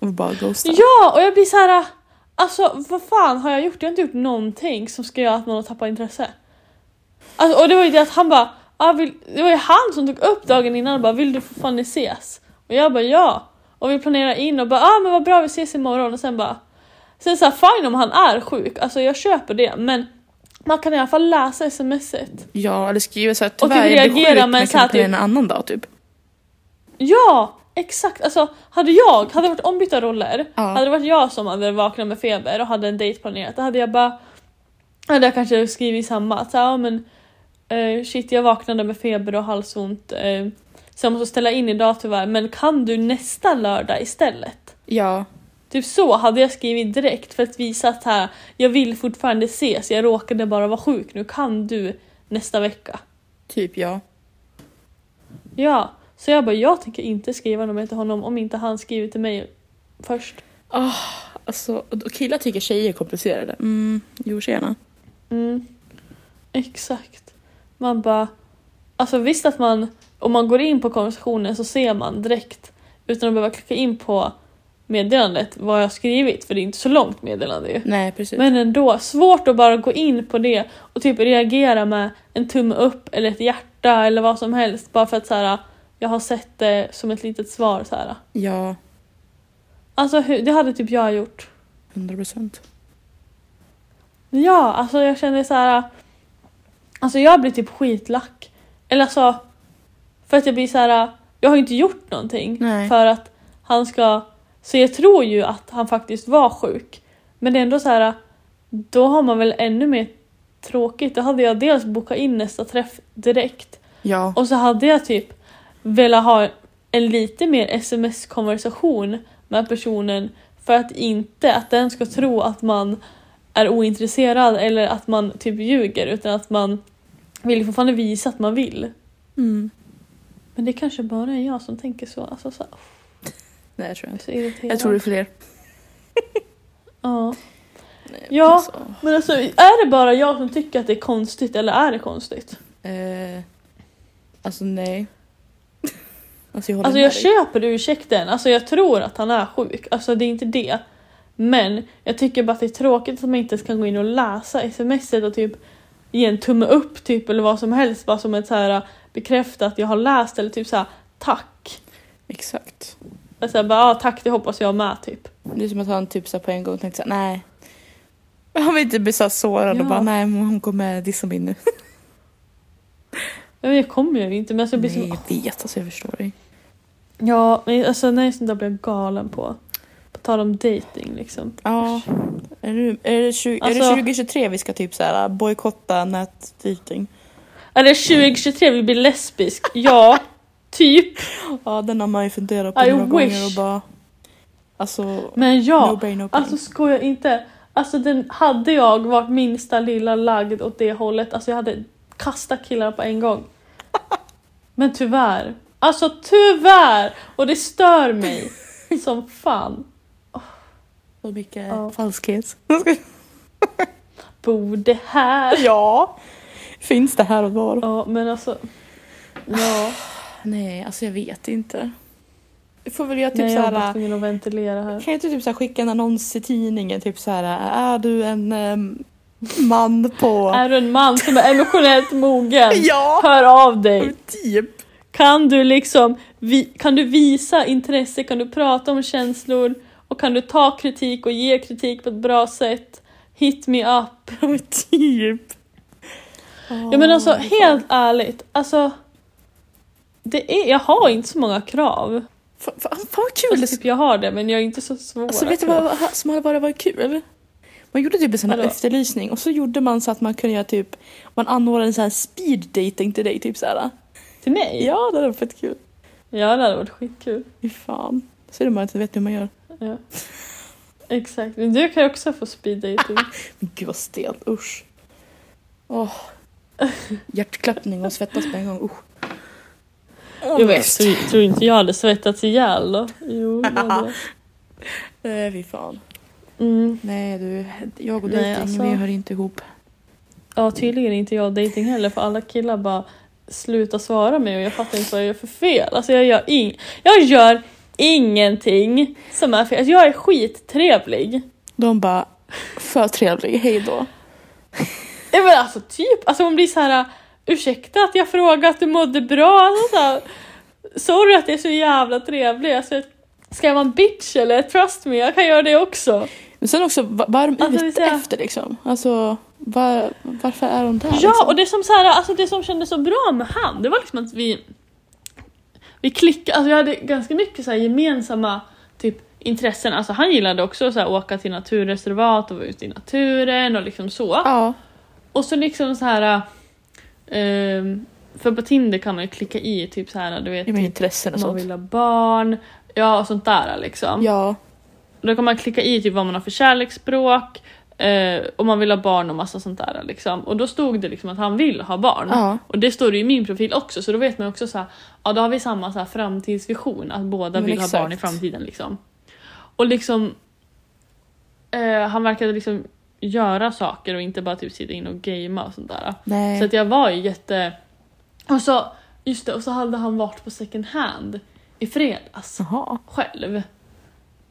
Speaker 2: och bara ghostar.
Speaker 1: Ja, och jag blir så här. Alltså vad fan har jag gjort? Jag har inte gjort någonting som ska göra att någon tappar intresse. Alltså, och det var ju det att han bara, ah, vill, det var ju han som tog upp dagen innan och bara vill du för fan ses? Och jag bara ja. Och vi planerade in och bara ah men vad bra vi ses imorgon och sen bara Sen såhär fine om han är sjuk, alltså jag köper det men man kan i alla fall läsa smset.
Speaker 2: Ja, eller skriver såhär
Speaker 1: typ
Speaker 2: tyvärr jag blir
Speaker 1: reagera
Speaker 2: sjuk
Speaker 1: med
Speaker 2: men
Speaker 1: så här
Speaker 2: kan typ... en
Speaker 1: typ-
Speaker 2: annan dag typ.
Speaker 1: Ja, exakt. Alltså, hade jag hade det varit ombytta roller,
Speaker 2: Ja.
Speaker 1: hade det varit jag som hade vaknat med feber och hade en dejt planerat, då hade jag bara hade jag kanske skrivit samma. Att så här, ja, men, eh, shit, jag vaknade med feber och halsont. Uh, så jag måste ställa in idag tyvärr, men kan du nästa lördag istället?
Speaker 2: Ja.
Speaker 1: Typ så hade jag skrivit direkt för att visa att här, jag vill fortfarande ses, jag råkade bara vara sjuk nu, kan du nästa vecka?
Speaker 2: Typ ja.
Speaker 1: Ja, så jag bara jag tänker inte skriva något till honom om inte han skriver till mig först.
Speaker 2: Alltså, och killar tycker tjejer är komplicerade. Mm, jo tjena.
Speaker 1: Mm. Exakt. Man bara, alltså visst att man, om man går in på konversationen så ser man direkt utan att behöva klicka in på meddelandet vad jag har skrivit för det är inte så långt meddelande ju.
Speaker 2: Nej precis.
Speaker 1: Men ändå, svårt att bara gå in på det och typ reagera med en tumme upp eller ett hjärta eller vad som helst bara för att så här, jag har sett det som ett litet svar så här.
Speaker 2: Ja,
Speaker 1: Alltså hur, det hade typ jag gjort.
Speaker 2: 100 procent.
Speaker 1: Ja, alltså jag känner så här. Alltså jag blir typ skitlack. Eller alltså. För att jag blir så här. Jag har ju inte gjort någonting
Speaker 2: Nej.
Speaker 1: för att han ska. Så jag tror ju att han faktiskt var sjuk. Men det är ändå så här. Då har man väl ännu mer tråkigt. Då hade jag dels bokat in nästa träff direkt.
Speaker 2: Ja.
Speaker 1: Och så hade jag typ velat ha en lite mer sms-konversation med personen för att inte att den ska tro att man är ointresserad eller att man typ ljuger utan att man vill fortfarande visa att man vill.
Speaker 2: Mm.
Speaker 1: Men det kanske bara är jag som tänker så. Alltså så,
Speaker 2: Nej jag tror
Speaker 1: jag är
Speaker 2: inte.
Speaker 1: så irriterad.
Speaker 2: Jag tror det är fler.
Speaker 1: Ja.
Speaker 2: Nej,
Speaker 1: Ja.
Speaker 2: Alltså.
Speaker 1: Men alltså är det bara jag som tycker att det är konstigt eller är det konstigt?
Speaker 2: Eh, alltså nej. Alltså jag håller
Speaker 1: Alltså
Speaker 2: med
Speaker 1: jag
Speaker 2: dig.
Speaker 1: köper ursäkten, alltså jag tror att han är sjuk, alltså det är inte det. Men jag tycker bara att det är tråkigt att man inte ens kan gå in och läsa smset och typ ge en tumme upp typ eller vad som helst bara som ett så här bekräfta att jag har läst eller typ så här tack.
Speaker 2: Exakt.
Speaker 1: Eller så här, bara, ah, tack det hoppas jag med typ.
Speaker 2: Det är som att han typ så här på en gång tänkte såhär, nej. Han vill inte bli såhär sårad och
Speaker 1: Ja.
Speaker 2: bara, nej men hon kommer dissa mig nu.
Speaker 1: Jag, vet, jag kommer ju inte men alltså jag blir
Speaker 2: nej
Speaker 1: som,
Speaker 2: jag vet, alltså jag förstår dig.
Speaker 1: Ja, men alltså nej, sånt där blir jag galen på. På tal om dating liksom.
Speaker 2: Ja. Är det, är det, tju- är
Speaker 1: Alltså-
Speaker 2: det 2023 vi ska typ så här bojkotta nätdejting?
Speaker 1: Eller 2023 vill bli lesbisk. Ja, typ.
Speaker 2: Ja, den har man ju funderat på
Speaker 1: I
Speaker 2: några
Speaker 1: wish.
Speaker 2: gånger och bara... Alltså,
Speaker 1: Men ja.
Speaker 2: no brain, no pain.
Speaker 1: Alltså skoja inte. Alltså den, hade jag varit minsta lilla lagd åt det hållet, alltså jag hade kastat killarna på en
Speaker 2: [laughs]
Speaker 1: gång. Men tyvärr. Alltså tyvärr! Och det stör
Speaker 2: [laughs]
Speaker 1: mig som fan.
Speaker 2: Så mycket
Speaker 1: Ja.
Speaker 2: falskhet.
Speaker 1: Bor det [laughs] här?
Speaker 2: Ja! Finns det här och var?
Speaker 1: Ja men alltså. Ja.
Speaker 2: Nej, alltså jag vet inte. Vi får väl göra [laughs] typ
Speaker 1: Nej, jag
Speaker 2: så
Speaker 1: var bara
Speaker 2: här...
Speaker 1: tvungen att ventilera
Speaker 2: [laughs]
Speaker 1: här.
Speaker 2: Kan jag inte typ så här skicka en annons i tidningen? Typ så här, är du en ehm, man på...
Speaker 1: Är du en man som är emotionellt mogen?
Speaker 2: [laughs] ja!
Speaker 1: Hör av dig!
Speaker 2: Typ.
Speaker 1: Kan du liksom vi, kan du visa intresse, kan du prata om känslor och kan du ta kritik och ge kritik på ett bra sätt? Hit me
Speaker 2: [laughs]
Speaker 1: up.
Speaker 2: typ.
Speaker 1: Ja men alltså helt ärligt, alltså det är, jag har inte så många krav.
Speaker 2: Fan fan, fan vad kul det
Speaker 1: Alltså, typ jag har det men jag är inte så svår.
Speaker 2: Alltså vet du vad vad som hade bara varit kul? Man gjorde typ en sån här
Speaker 1: Vadå?
Speaker 2: efterlysning och så gjorde man så att man kunde göra typ, man anordnade en sån här speed dating till dig typ såhär.
Speaker 1: Till mig? Ja.
Speaker 2: Ja det hade varit fett kul.
Speaker 1: ja det hade varit skitkul.
Speaker 2: Fy fan. Så är det man inte vet hur man gör.
Speaker 1: Ja. Exakt, men du kan ju också få speed dating.
Speaker 2: Men gud vad stelt, usch. Åh. [laughs] Hjärtklappning och svettas på en gång, usch. Åh,
Speaker 1: Jag vet,
Speaker 2: visst.
Speaker 1: tror, tror inte jag hade svettats ihjäl då? Jo, det
Speaker 2: [laughs]
Speaker 1: hade jag.
Speaker 2: Nej fy fan.
Speaker 1: mm.
Speaker 2: Nej du, jag och
Speaker 1: Eh, Nej,
Speaker 2: dejting
Speaker 1: alltså.
Speaker 2: vi hör inte ihop.
Speaker 1: Ja, tydligen inte jag dating heller för alla killar bara slutar svara mig och jag fattar inte vad jag gör för fel. Alltså jag gör, ing- jag gör ingenting som är fel. Alltså, jag är skittrevlig.
Speaker 2: De bara, för trevlig, hej då.
Speaker 1: Ja, men alltså typ, alltså man blir så här ursäkta att jag frågade att du mådde bra. Alltså, så här, Sorry att jag är så jävla trevlig. Alltså, ska jag vara en bitch eller? Trust me, jag kan göra det också.
Speaker 2: Men sen också, va- vad är de
Speaker 1: Alltså, det är
Speaker 2: ute
Speaker 1: så här-
Speaker 2: efter liksom? Alltså, var, varför är de där?
Speaker 1: Ja,
Speaker 2: liksom?
Speaker 1: och det som, så här, alltså det som kändes så bra med han, det var liksom att vi vi klickade, alltså jag hade ganska mycket så här gemensamma typ, intressen. Alltså han gillade också att så här, åka till naturreservat och vara ute i naturen och liksom så.
Speaker 2: Ja,
Speaker 1: Och så liksom så här... ehm, för på Tinder kan man ju klicka i typ så här, du vet,
Speaker 2: det med
Speaker 1: typ,
Speaker 2: intressen och
Speaker 1: om man
Speaker 2: sånt.
Speaker 1: vill ha barn, ja och sånt där liksom.
Speaker 2: Ja,
Speaker 1: Då kan man klicka i typ vad man har för kärleksspråk, eh, om man vill ha barn och massa sånt där. Liksom. Och då stod det liksom att han vill ha barn.
Speaker 2: ja,
Speaker 1: Och det står det ju i min profil också så då vet man också så här, ja då har vi samma så här framtidsvision att båda
Speaker 2: Men
Speaker 1: vill ha
Speaker 2: Mm, exakt.
Speaker 1: barn i framtiden liksom. Och liksom eh, han verkade liksom göra saker och inte bara typ sitta in och gamea och sånt där.
Speaker 2: nej.
Speaker 1: Så att jag var ju jätte... Och så, just det, och så hade han varit på second hand i fredags
Speaker 2: Jaha.
Speaker 1: själv.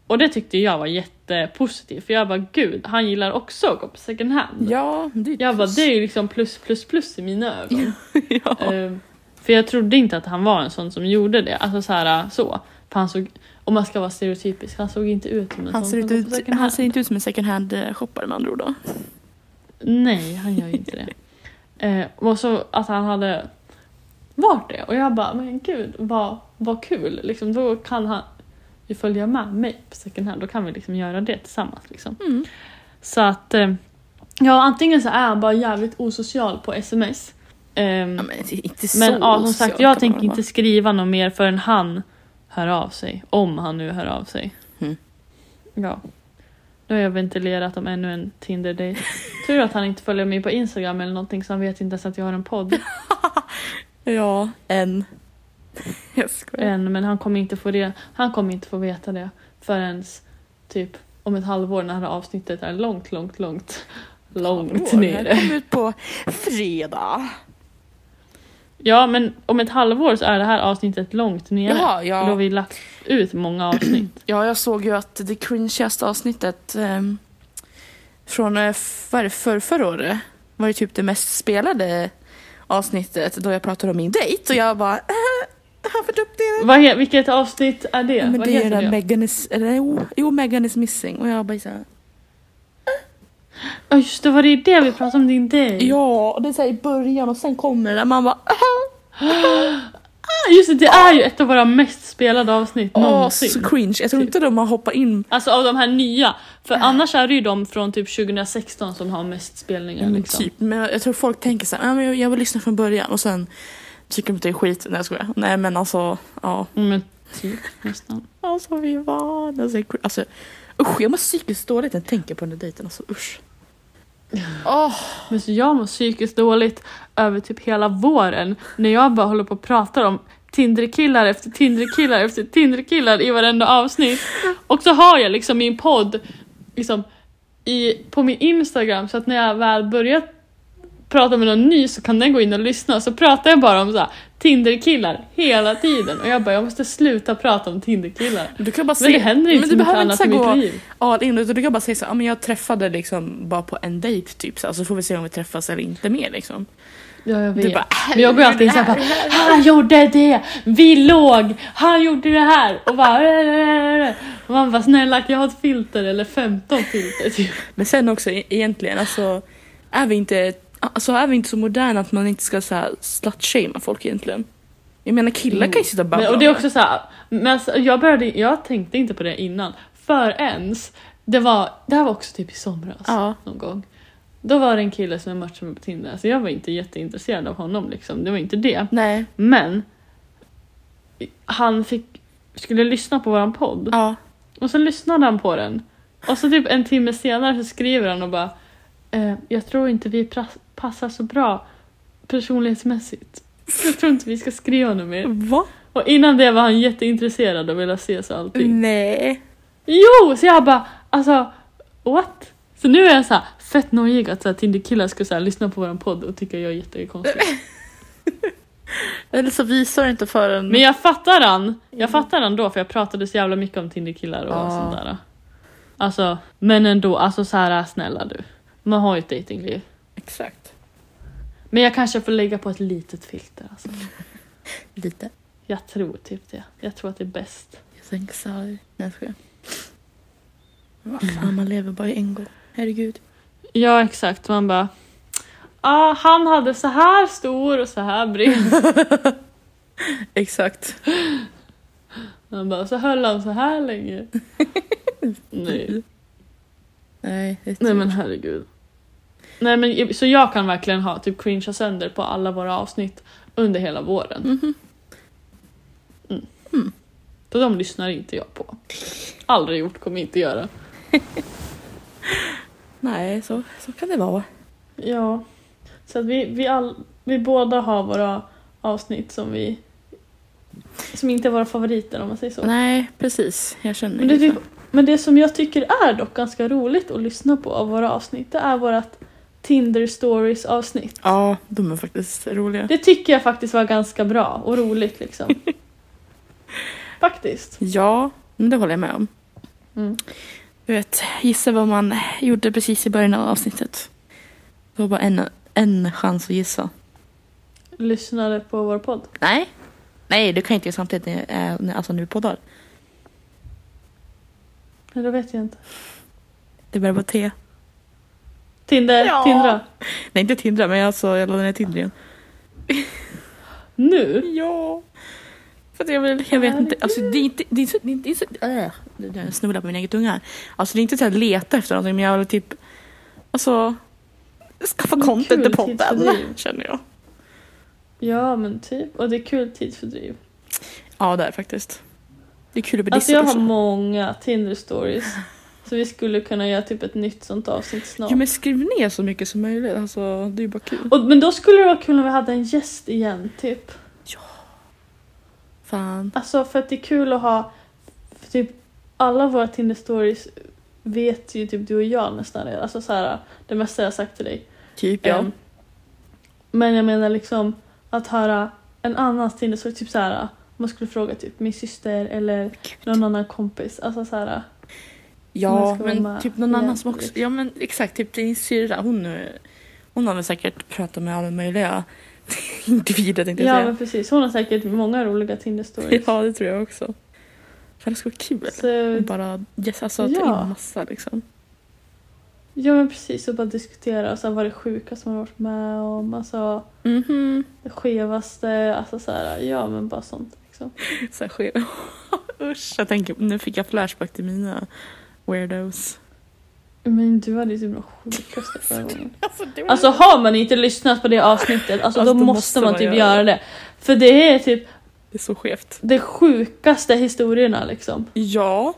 Speaker 1: Och det tyckte jag var jättepositivt för jag bara gud, han gillar också att gå på second hand.
Speaker 2: Ja, men det är
Speaker 1: Jag bara det är ju liksom plus plus plus i mina ögon. [laughs]
Speaker 2: ja.
Speaker 1: Eh, För jag trodde inte att han var en sån som gjorde det. Alltså så här, så. För han såg, om man ska vara stereotypisk, han såg inte ut som en
Speaker 2: Han
Speaker 1: sån
Speaker 2: ser,
Speaker 1: som
Speaker 2: inte
Speaker 1: går på
Speaker 2: ut,
Speaker 1: second
Speaker 2: han
Speaker 1: hand.
Speaker 2: ser inte ut som en second hand-shoppare med andra ord. Då.
Speaker 1: Nej, han gör ju inte det. Eh, och så att han hade varit det. Och jag bara, men gud vad, vad kul. Liksom, då kan han ju följa med mig på second hand. Då kan vi liksom göra det tillsammans. Liksom.
Speaker 2: Mm.
Speaker 1: Så att, eh, ja antingen så är han bara jävligt osocial på sms. ehm,
Speaker 2: Ja, men det är inte
Speaker 1: Men
Speaker 2: så
Speaker 1: ja, som sagt,
Speaker 2: socialt
Speaker 1: jag
Speaker 2: kan
Speaker 1: tänker
Speaker 2: man vara.
Speaker 1: inte skriva något mer förrän han hör av sig. Om han nu hör av sig.
Speaker 2: Mm.
Speaker 1: Ja. Nu har jag ventilerat om ännu en tinder date Tur att han inte följer mig på Instagram eller någonting så han vet inte ens att jag har en
Speaker 2: [laughs]
Speaker 1: podd
Speaker 2: Ja, en. Jag skojar.
Speaker 1: än. Men han kommer inte få, det. Han kommer inte få veta det förrän typ om ett halvår när det här avsnittet är långt, långt, långt, långt
Speaker 2: Vår,
Speaker 1: nere.
Speaker 2: Den kom ut på fredag.
Speaker 1: Ja, men om ett halvår så är det här avsnittet långt nere.
Speaker 2: Jaha,
Speaker 1: För Då har
Speaker 2: ja.
Speaker 1: vi lagt ut många avsnitt.
Speaker 2: ja, jag såg ju att det cringigaste avsnittet ehm, från eh, vad är det, för, förra året var ju typ det mest spelade avsnittet då jag pratade om min dejt och jag bara äh, har fått upp det.
Speaker 1: Vad he- vilket avsnitt är det?
Speaker 2: Ja, men
Speaker 1: Mm. Vad
Speaker 2: det är ju
Speaker 1: heter
Speaker 2: den
Speaker 1: det?
Speaker 2: Megan is, eller, jo, jo, Megan is missing och jag bara så här,
Speaker 1: Ja just det, var det det vi pratade [gasps] om din dejt?
Speaker 2: Ja, och det är så här i början och sen kommer det där man bara
Speaker 1: Ah, Just det, det är ju ett av våra mest spelade avsnitt
Speaker 2: Åh,
Speaker 1: någonsin.
Speaker 2: så cringe. Jag tror
Speaker 1: Typ.
Speaker 2: inte de har hoppat in.
Speaker 1: Alltså av de här nya.
Speaker 2: Äh.
Speaker 1: För annars är det ju de från typ 2016 som har mest spelningar.
Speaker 2: Mm,
Speaker 1: Liksom.
Speaker 2: Typ. Men jag tror folk tänker så här, "Ah, men jag- jag vill lyssna från början och sen tycker de att det är skit. Nej jag skojar. Nej men alltså, ja.
Speaker 1: Mm, men typ nästan.
Speaker 2: Alltså vi var... Alltså, jag- alltså, usch, jag mår psykiskt dåligt när jag tänker på den där dejten. Alltså usch. Åh,
Speaker 1: Men så jag mår psykiskt dåligt över typ hela våren när jag bara håller på och pratar om Tinderkillar efter Tinderkillar efter Tinderkillar i varenda avsnitt. Och så har jag liksom min podd liksom, i, på min Instagram så att när jag väl börjar prata med någon ny så kan den gå in och lyssna så pratar jag bara om så här, Tinderkillar hela tiden och jag bara jag måste sluta prata om Tinderkillar.
Speaker 2: du kan bara
Speaker 1: Men det
Speaker 2: säga...
Speaker 1: händer typ
Speaker 2: men
Speaker 1: inte
Speaker 2: du
Speaker 1: så mycket
Speaker 2: behöver inte
Speaker 1: annat
Speaker 2: så
Speaker 1: i
Speaker 2: här
Speaker 1: mitt
Speaker 2: gå-
Speaker 1: liv.
Speaker 2: all in, utan du kan bara säga så här, "Ah, men jag träffade liksom bara på en dejt typ så, här, så får vi se om vi träffas eller inte mer liksom.
Speaker 1: Ja, jag
Speaker 2: Du
Speaker 1: vet.
Speaker 2: bara,
Speaker 1: Men jag går alltid in såhär bara, han gjorde det, vi låg, han gjorde det här och bara och man bara snälla kan jag ha ett filter eller 15 filter typ.
Speaker 2: Men sen också e- egentligen, alltså är vi inte, alltså, är vi inte så moderna att man inte ska så här slutshamea folk egentligen? Jag menar killar kan ju sitta Mm. och babbla
Speaker 1: Men, och
Speaker 2: om
Speaker 1: det är också såhär, men alltså, jag, började, jag tänkte inte på det innan förrän det var, det här var också typ i somras
Speaker 2: Ja.
Speaker 1: någon gång. Då var det en kille som jag matchade med på Tinder, alltså jag var inte jätteintresserad av honom liksom, det var inte det.
Speaker 2: Nej.
Speaker 1: Men han fick, skulle lyssna på våran podd
Speaker 2: Ja.
Speaker 1: Och så lyssnade han på den. Och så typ en timme senare så skriver han och bara eh, Jag tror inte vi pra- passar så bra personlighetsmässigt. Jag tror inte vi ska skriva något mer.
Speaker 2: Va?
Speaker 1: Och innan det var han jätteintresserad och ville ses och
Speaker 2: Mm.
Speaker 1: allting.
Speaker 2: Nej.
Speaker 1: Jo! Så jag bara alltså what? Så nu är jag så här fett nojig att så här Tinderkillar ska så här lyssna på våran podd och tycka jag är jättekonstig.
Speaker 2: Eller så visar du inte för en.
Speaker 1: Men jag fattar han. Jag fattar han då för jag pratade så jävla mycket om Tinderkillar och
Speaker 2: Ja.
Speaker 1: sånt där. Alltså, men ändå, alltså så här snälla du. Man har ju ett dejtingliv.
Speaker 2: Exakt.
Speaker 1: Men jag kanske får lägga på ett litet filter alltså.
Speaker 2: Lite.
Speaker 1: Jag tror typ det. Jag tror att det är bäst.
Speaker 2: Jag tänker så här. Nej jag skojar. Vad fan, man lever bara en gång. Herregud.
Speaker 1: Ja exakt, man bara Ah, han hade så här stor och så här bred.
Speaker 2: [laughs] Exakt.
Speaker 1: Man bara, så höll han så här länge. Nej.
Speaker 2: Nej, det är
Speaker 1: Nej men herregud. Nej men så jag kan verkligen ha typ cringea sönder på alla våra avsnitt under hela våren.
Speaker 2: Mhm.
Speaker 1: För de lyssnar inte jag på. Aldrig gjort, kommer inte göra.
Speaker 2: Nej, så, så kan det vara.
Speaker 1: Ja. Så att vi, vi, all, vi båda har våra avsnitt som vi... Som inte är våra favoriter om man säger så.
Speaker 2: Nej, precis. Jag känner
Speaker 1: Men det, är
Speaker 2: ju
Speaker 1: typ,
Speaker 2: så.
Speaker 1: men det som jag tycker är dock ganska roligt att lyssna på av våra avsnitt, det är vårat Tinder stories avsnitt.
Speaker 2: Ja, de är faktiskt roliga.
Speaker 1: Det tycker jag faktiskt var ganska bra och roligt
Speaker 2: [laughs]
Speaker 1: liksom. faktiskt.
Speaker 2: Ja, men det håller jag med om.
Speaker 1: Mm.
Speaker 2: Du vet, gissa vad man gjorde precis i början av avsnittet. Det var bara en, en chans att gissa.
Speaker 1: Lyssnade på vår podd.
Speaker 2: Nej. Nej, du kan inte göra samtidigt när, eh, när, alltså, när vi poddar.
Speaker 1: Nej, det vet jag inte.
Speaker 2: Det börjar på T.
Speaker 1: Tinder,
Speaker 2: Ja.
Speaker 1: Tindra.
Speaker 2: Nej, inte Tindra, men alltså, jag laddade ner Tinder igen.
Speaker 1: Nu?
Speaker 2: Ja. För att jag vill, jag vet inte. Alltså, det är inte... Det är så, det är inte det är så, äh, det där, jag snubblar på min egen tunga här. Alltså, det är inte så att jag letar efter någonting, men jag vill typ... Alltså... Skaffa content till podden,
Speaker 1: tidsfördriv.
Speaker 2: [laughs] känner jag.
Speaker 1: Ja men typ. Och det är kul tidsfördriv.
Speaker 2: Ja, det är det faktiskt. Det är kul att bli
Speaker 1: Alltså
Speaker 2: dissad
Speaker 1: jag har
Speaker 2: också.
Speaker 1: många Tinder stories. [laughs] Så vi skulle kunna göra typ ett nytt sånt avsnitt snart.
Speaker 2: Jo men skriv ner så mycket som möjligt, alltså det är ju bara kul.
Speaker 1: Och, men då skulle det vara kul om vi hade en gäst igen typ.
Speaker 2: Fan.
Speaker 1: Alltså för att det är kul att ha för typ alla våra Tinder stories vet ju typ du och jag nästan redan. Alltså så här, det mesta jag har sagt till dig.
Speaker 2: Typ ja.
Speaker 1: Ehm, men jag menar liksom att höra en annans Tinder story, typ så här om man skulle fråga typ min syster eller någon annan kompis. Alltså så här
Speaker 2: ja
Speaker 1: man ska vara
Speaker 2: men
Speaker 1: med
Speaker 2: typ någon annan som
Speaker 1: egentligen.
Speaker 2: också, ja men exakt typ din syrra hon, eh, hon har väl säkert pratat med alla möjliga [laughs] individer tänkte jag
Speaker 1: Ja
Speaker 2: säga.
Speaker 1: men precis, hon har säkert många roliga Tinder [laughs] stories.
Speaker 2: Ja det tror jag också. För det skulle vara kul.
Speaker 1: Så,
Speaker 2: Bara yes, alltså att
Speaker 1: Ja.
Speaker 2: ta in massa liksom.
Speaker 1: Ja men precis, och bara diskutera och så här, vad det sjukaste man har varit med om, alltså
Speaker 2: Mhm.
Speaker 1: det skevaste, alltså så här, ja men bara sånt liksom.
Speaker 2: Så här sker. [laughs] Usch, jag tänker, nu fick jag flashback till mina weirdos.
Speaker 1: Men du hade ju typ de sjukaste [laughs] förra gången.
Speaker 2: Alltså, det var-
Speaker 1: Alltså har man inte lyssnat på det avsnittet, alltså, då, måste man, typ göra det. För det är typ
Speaker 2: det är så skevt.
Speaker 1: de sjukaste historierna liksom.
Speaker 2: Ja.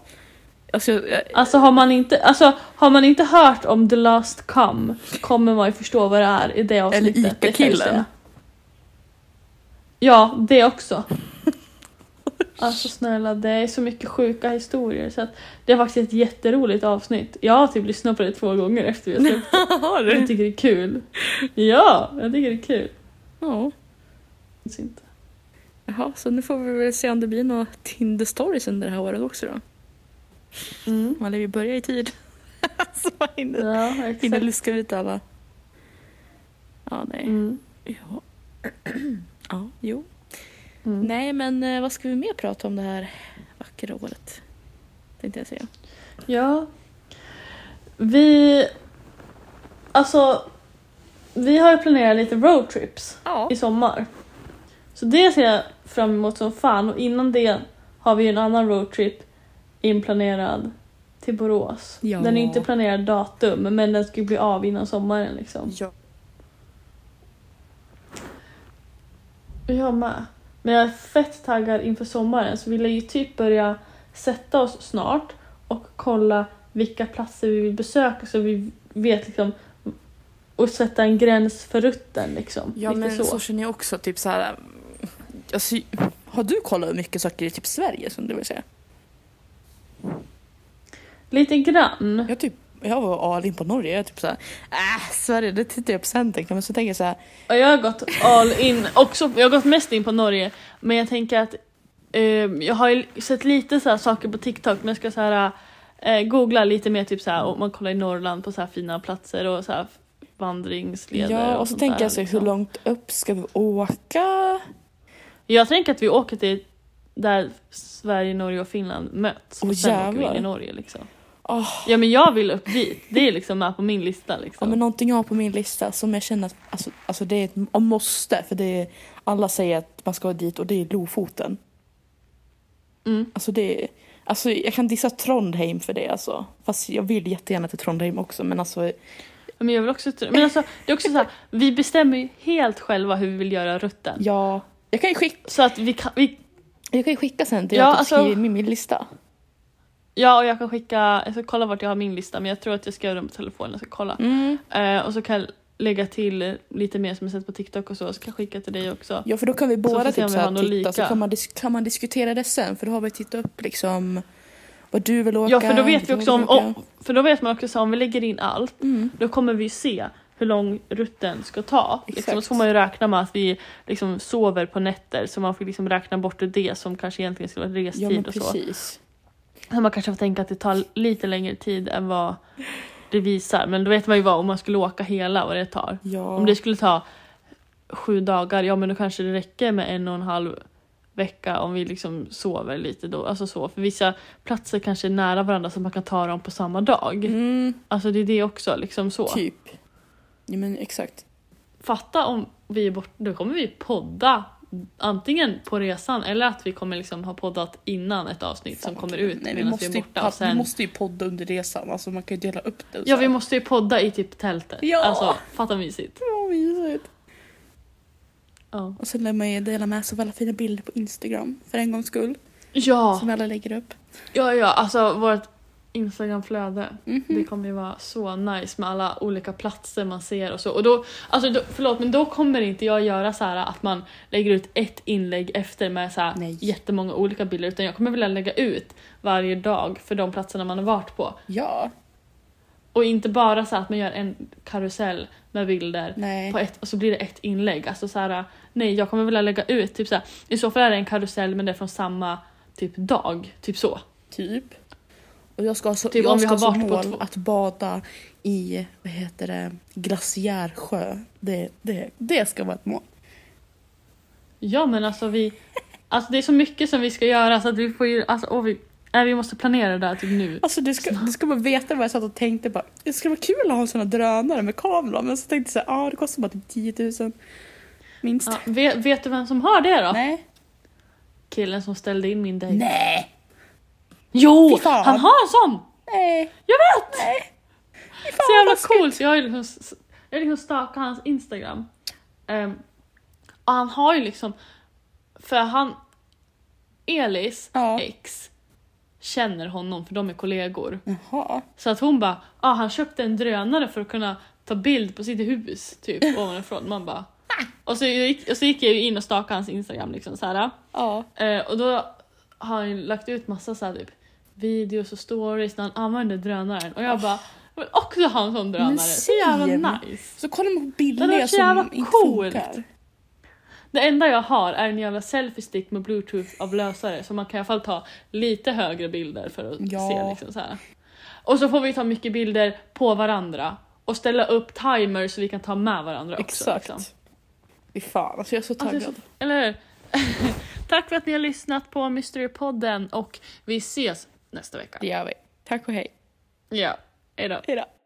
Speaker 2: Alltså, jag, jag,
Speaker 1: Alltså har man inte, alltså, har man inte hört om The Last Come så kommer man ju förstå vad det är i det avsnittet.
Speaker 2: Eller
Speaker 1: det kan jag ju
Speaker 2: Ica-killen.
Speaker 1: säga. Ja, det också. Alltså snälla, det är så mycket sjuka historier så att det är faktiskt ett jätteroligt avsnitt. Jag har typ lyssnat på det två gånger efter vi har släppt
Speaker 2: [laughs] har
Speaker 1: det. Jag
Speaker 2: du?
Speaker 1: tycker det är kul. Ja, jag tycker det är kul.
Speaker 2: Ja.
Speaker 1: Det syns inte.
Speaker 2: Jaha, så nu får vi väl se om det blir några Tinder stories under det här året också då. Man lär ju börja i tid. [laughs] så man hinner,
Speaker 1: Ja,
Speaker 2: hinner
Speaker 1: exakt.
Speaker 2: luska ut alla. Ja, nej.
Speaker 1: Mm.
Speaker 2: Ja. [clears throat] ja, jo.
Speaker 1: Mm.
Speaker 2: Nej, men eh, vad ska vi mer prata om det här vackra året? Tänkte jag säga.
Speaker 1: Ja. Vi... Alltså, vi har ju planerat lite roadtrips
Speaker 2: Ja.
Speaker 1: i sommar. Så det ser jag fram emot som fan och innan det har vi ju en annan roadtrip inplanerad till Borås.
Speaker 2: Ja.
Speaker 1: Den är inte planerad datum men den ska ju bli av innan sommaren liksom.
Speaker 2: ja.
Speaker 1: Jag med. Men jag är fett taggad inför sommaren så vi lär ju typ börja sätta oss snart och kolla vilka platser vi vill besöka så vi vet liksom och sätta en gräns för rutten liksom.
Speaker 2: Ja,
Speaker 1: Lite
Speaker 2: men så. känner jag också. Typ så här, alltså, har du kollat hur mycket saker i typ Sverige som du vill säga?
Speaker 1: Lite grann.
Speaker 2: Jag, typ, jag var all in på Norge. Jag typ så här, äh, Sverige, det tittar jag på sen tänkte jag. Men så tänker jag så här,
Speaker 1: Och jag har gått all in, också, jag har gått mest in på Norge men jag tänker att eh, jag har ju sett lite så här saker på TikTok men jag ska så här, eh, googla lite mer typ så här om man kollar i Norrland på så här fina platser och så här vandringsleder
Speaker 2: ja, och så
Speaker 1: sånt
Speaker 2: tänker
Speaker 1: där,
Speaker 2: jag så här, hur
Speaker 1: liksom.
Speaker 2: långt upp ska vi åka?
Speaker 1: Jag tänker att vi åker till där Sverige, Norge och Finland möts.
Speaker 2: Åh,
Speaker 1: och sen åker vi
Speaker 2: jävlar.
Speaker 1: in i Norge liksom.
Speaker 2: Åh.
Speaker 1: Ja men jag vill upp dit. Det är liksom med på min lista
Speaker 2: Ja,
Speaker 1: liksom.
Speaker 2: men någonting jag har på min lista som jag känner att alltså, alltså det är ett måste. För det är, alla säger att man ska dit och det är Lofoten.
Speaker 1: Mm.
Speaker 2: Alltså det är, alltså jag kan dissa Trondheim för det alltså. Fast jag vill jättegärna till Trondheim också men alltså
Speaker 1: men jag vill också... Men alltså, det är också så här, vi bestämmer ju helt själva hur vi vill göra rutten.
Speaker 2: ja. Jag kan ju skicka,
Speaker 1: Så att vi kan... Vi,
Speaker 2: jag kan ju skicka sen till
Speaker 1: Ja,
Speaker 2: jag har
Speaker 1: alltså-
Speaker 2: skriver min, min lista.
Speaker 1: ja och jag kan skicka... Jag ska kolla vart jag har min lista men jag tror att jag ska göra den på telefonen. Jag ska kolla.
Speaker 2: Mm.
Speaker 1: Eh, och så kan jag lägga till lite mer som jag sett på TikTok och så. Så kan jag skicka till dig också.
Speaker 2: Ja för då kan vi
Speaker 1: får
Speaker 2: båda
Speaker 1: vi se om
Speaker 2: typ
Speaker 1: vi
Speaker 2: så
Speaker 1: har
Speaker 2: här
Speaker 1: något
Speaker 2: titta så
Speaker 1: lika.
Speaker 2: kan man, dis- kan man diskutera det sen för då har vi tittat upp liksom vad du vill åka.
Speaker 1: Ja för då vet vi
Speaker 2: vilken
Speaker 1: också
Speaker 2: vill
Speaker 1: om...
Speaker 2: åka.
Speaker 1: Och, för då vet man också så här, om vi lägger in allt
Speaker 2: Mm.
Speaker 1: då kommer vi se hur lång rutten ska ta. Liksom,
Speaker 2: Exakt.
Speaker 1: så får man ju räkna med att vi liksom sover på nätter så man får liksom räkna bort det som kanske egentligen skulle vara
Speaker 2: Ja
Speaker 1: restid
Speaker 2: men
Speaker 1: och så.
Speaker 2: precis.
Speaker 1: så. Man kanske får tänka att det tar lite längre tid än vad det visar. Men då vet man ju vad om man skulle åka hela vad det tar.
Speaker 2: Ja.
Speaker 1: Om det skulle ta sju dagar, ja men då kanske det räcker med en och en halv vecka om vi liksom sover lite då. Alltså så. För vissa platser kanske är nära varandra så man kan ta dem på samma dag.
Speaker 2: mm.
Speaker 1: Alltså det är det också liksom så.
Speaker 2: Typ. Ja men exakt.
Speaker 1: Fatta om vi är borta, då kommer vi podda antingen på resan eller att vi kommer liksom ha poddat innan ett avsnitt som kommer ut
Speaker 2: Nej, vi,
Speaker 1: medan vi
Speaker 2: måste
Speaker 1: är
Speaker 2: ju,
Speaker 1: borta. Och
Speaker 2: vi
Speaker 1: sen,
Speaker 2: måste ju podda under resan, alltså man kan ju dela upp det.
Speaker 1: ja vi måste ju podda i typ tältet.
Speaker 2: Ja.
Speaker 1: Alltså fatta mysigt.
Speaker 2: Vad mysigt.
Speaker 1: Ja,
Speaker 2: Och sen lär man ju dela med sig av alla fina bilder på Instagram för en gångs skull.
Speaker 1: ja,
Speaker 2: Som alla lägger upp.
Speaker 1: ja, ja. alltså vårt Instagramflöde.
Speaker 2: Mhm.
Speaker 1: Det kommer ju vara så nice med alla olika platser man ser och så. Och då, alltså då, förlåt men då kommer inte jag göra så här att man lägger ut ett inlägg efter med så här
Speaker 2: Nej.
Speaker 1: jättemånga olika bilder utan jag kommer vilja lägga ut varje dag för de platserna man har varit på.
Speaker 2: Ja.
Speaker 1: Och inte bara så här att man gör en karusell med bilder
Speaker 2: Nej.
Speaker 1: på ett, och så blir det ett inlägg. Alltså så här, nej jag kommer vilja lägga ut typ så här, i så fall är det en karusell men det är från samma typ dag. Typ så.
Speaker 2: Typ. Och jag ska ha så,
Speaker 1: Typ om
Speaker 2: jag
Speaker 1: vi
Speaker 2: ska
Speaker 1: har
Speaker 2: ha som
Speaker 1: varit på
Speaker 2: mål
Speaker 1: två-
Speaker 2: att bada i, vad heter det, glaciärsjö. Det, det, det ska vara ett mål.
Speaker 1: Ja men alltså vi, alltså det är så mycket som vi ska göra så att vi får ju, alltså åh vi Nej vi måste planera det här typ nu.
Speaker 2: Alltså du ska, du ska bara veta vad jag satt och tänkte bara, det skulle vara kul att ha en sån här drönare med kamera men så tänkte jag såhär, ah, det kostar bara typ 10 000. Minst.
Speaker 1: Ja, vet, vet du vem som har det då?
Speaker 2: Nej.
Speaker 1: Killen som ställde in min dejt.
Speaker 2: Nej.
Speaker 1: Jo!
Speaker 2: Fy fan.
Speaker 1: Han har en sån!
Speaker 2: Nej.
Speaker 1: Jag vet!
Speaker 2: Fy fan,
Speaker 1: Så
Speaker 2: vad
Speaker 1: jävla
Speaker 2: taskigt.
Speaker 1: coolt! Jag har ju liksom, s- jag har liksom stalkat hans instagram. Ehm, och han har ju liksom, för han, Elis
Speaker 2: Ja.
Speaker 1: ex, känner honom för de är kollegor.
Speaker 2: Jaha.
Speaker 1: Så att hon bara, ah, han köpte en drönare för att kunna ta bild på sitt hus typ ovanifrån. Man bara, "Ah." och så, gick, och så gick jag ju in och stalkade hans instagram liksom så här.
Speaker 2: Ja.
Speaker 1: Eh, och då har han ju lagt ut massa så här, typ, videos och stories när han använder drönaren. Och jag bara, jag vill också ha en sån drönare. Så jävla
Speaker 2: Nassim.
Speaker 1: nice.
Speaker 2: Så kollar man på
Speaker 1: Det
Speaker 2: bilder
Speaker 1: var så
Speaker 2: som
Speaker 1: jävla
Speaker 2: inte
Speaker 1: coolt.
Speaker 2: funkar.
Speaker 1: Det enda jag har är en jävla selfie-stick med bluetooth-avlösare så man kan i alla fall ta lite högre bilder för att
Speaker 2: Ja.
Speaker 1: se liksom så här. Och så får vi ta mycket bilder på varandra och ställa upp timers så vi kan ta med varandra också.
Speaker 2: Exakt.
Speaker 1: Liksom.
Speaker 2: Fy fan, alltså jag är så taggad.
Speaker 1: Alltså, det är så- Eller hur? [laughs] Tack för att ni har lyssnat på Mysterypodden och vi ses nästa vecka.
Speaker 2: Det gör vi. Tack och hej.
Speaker 1: Ja, hejdå.
Speaker 2: Hej då.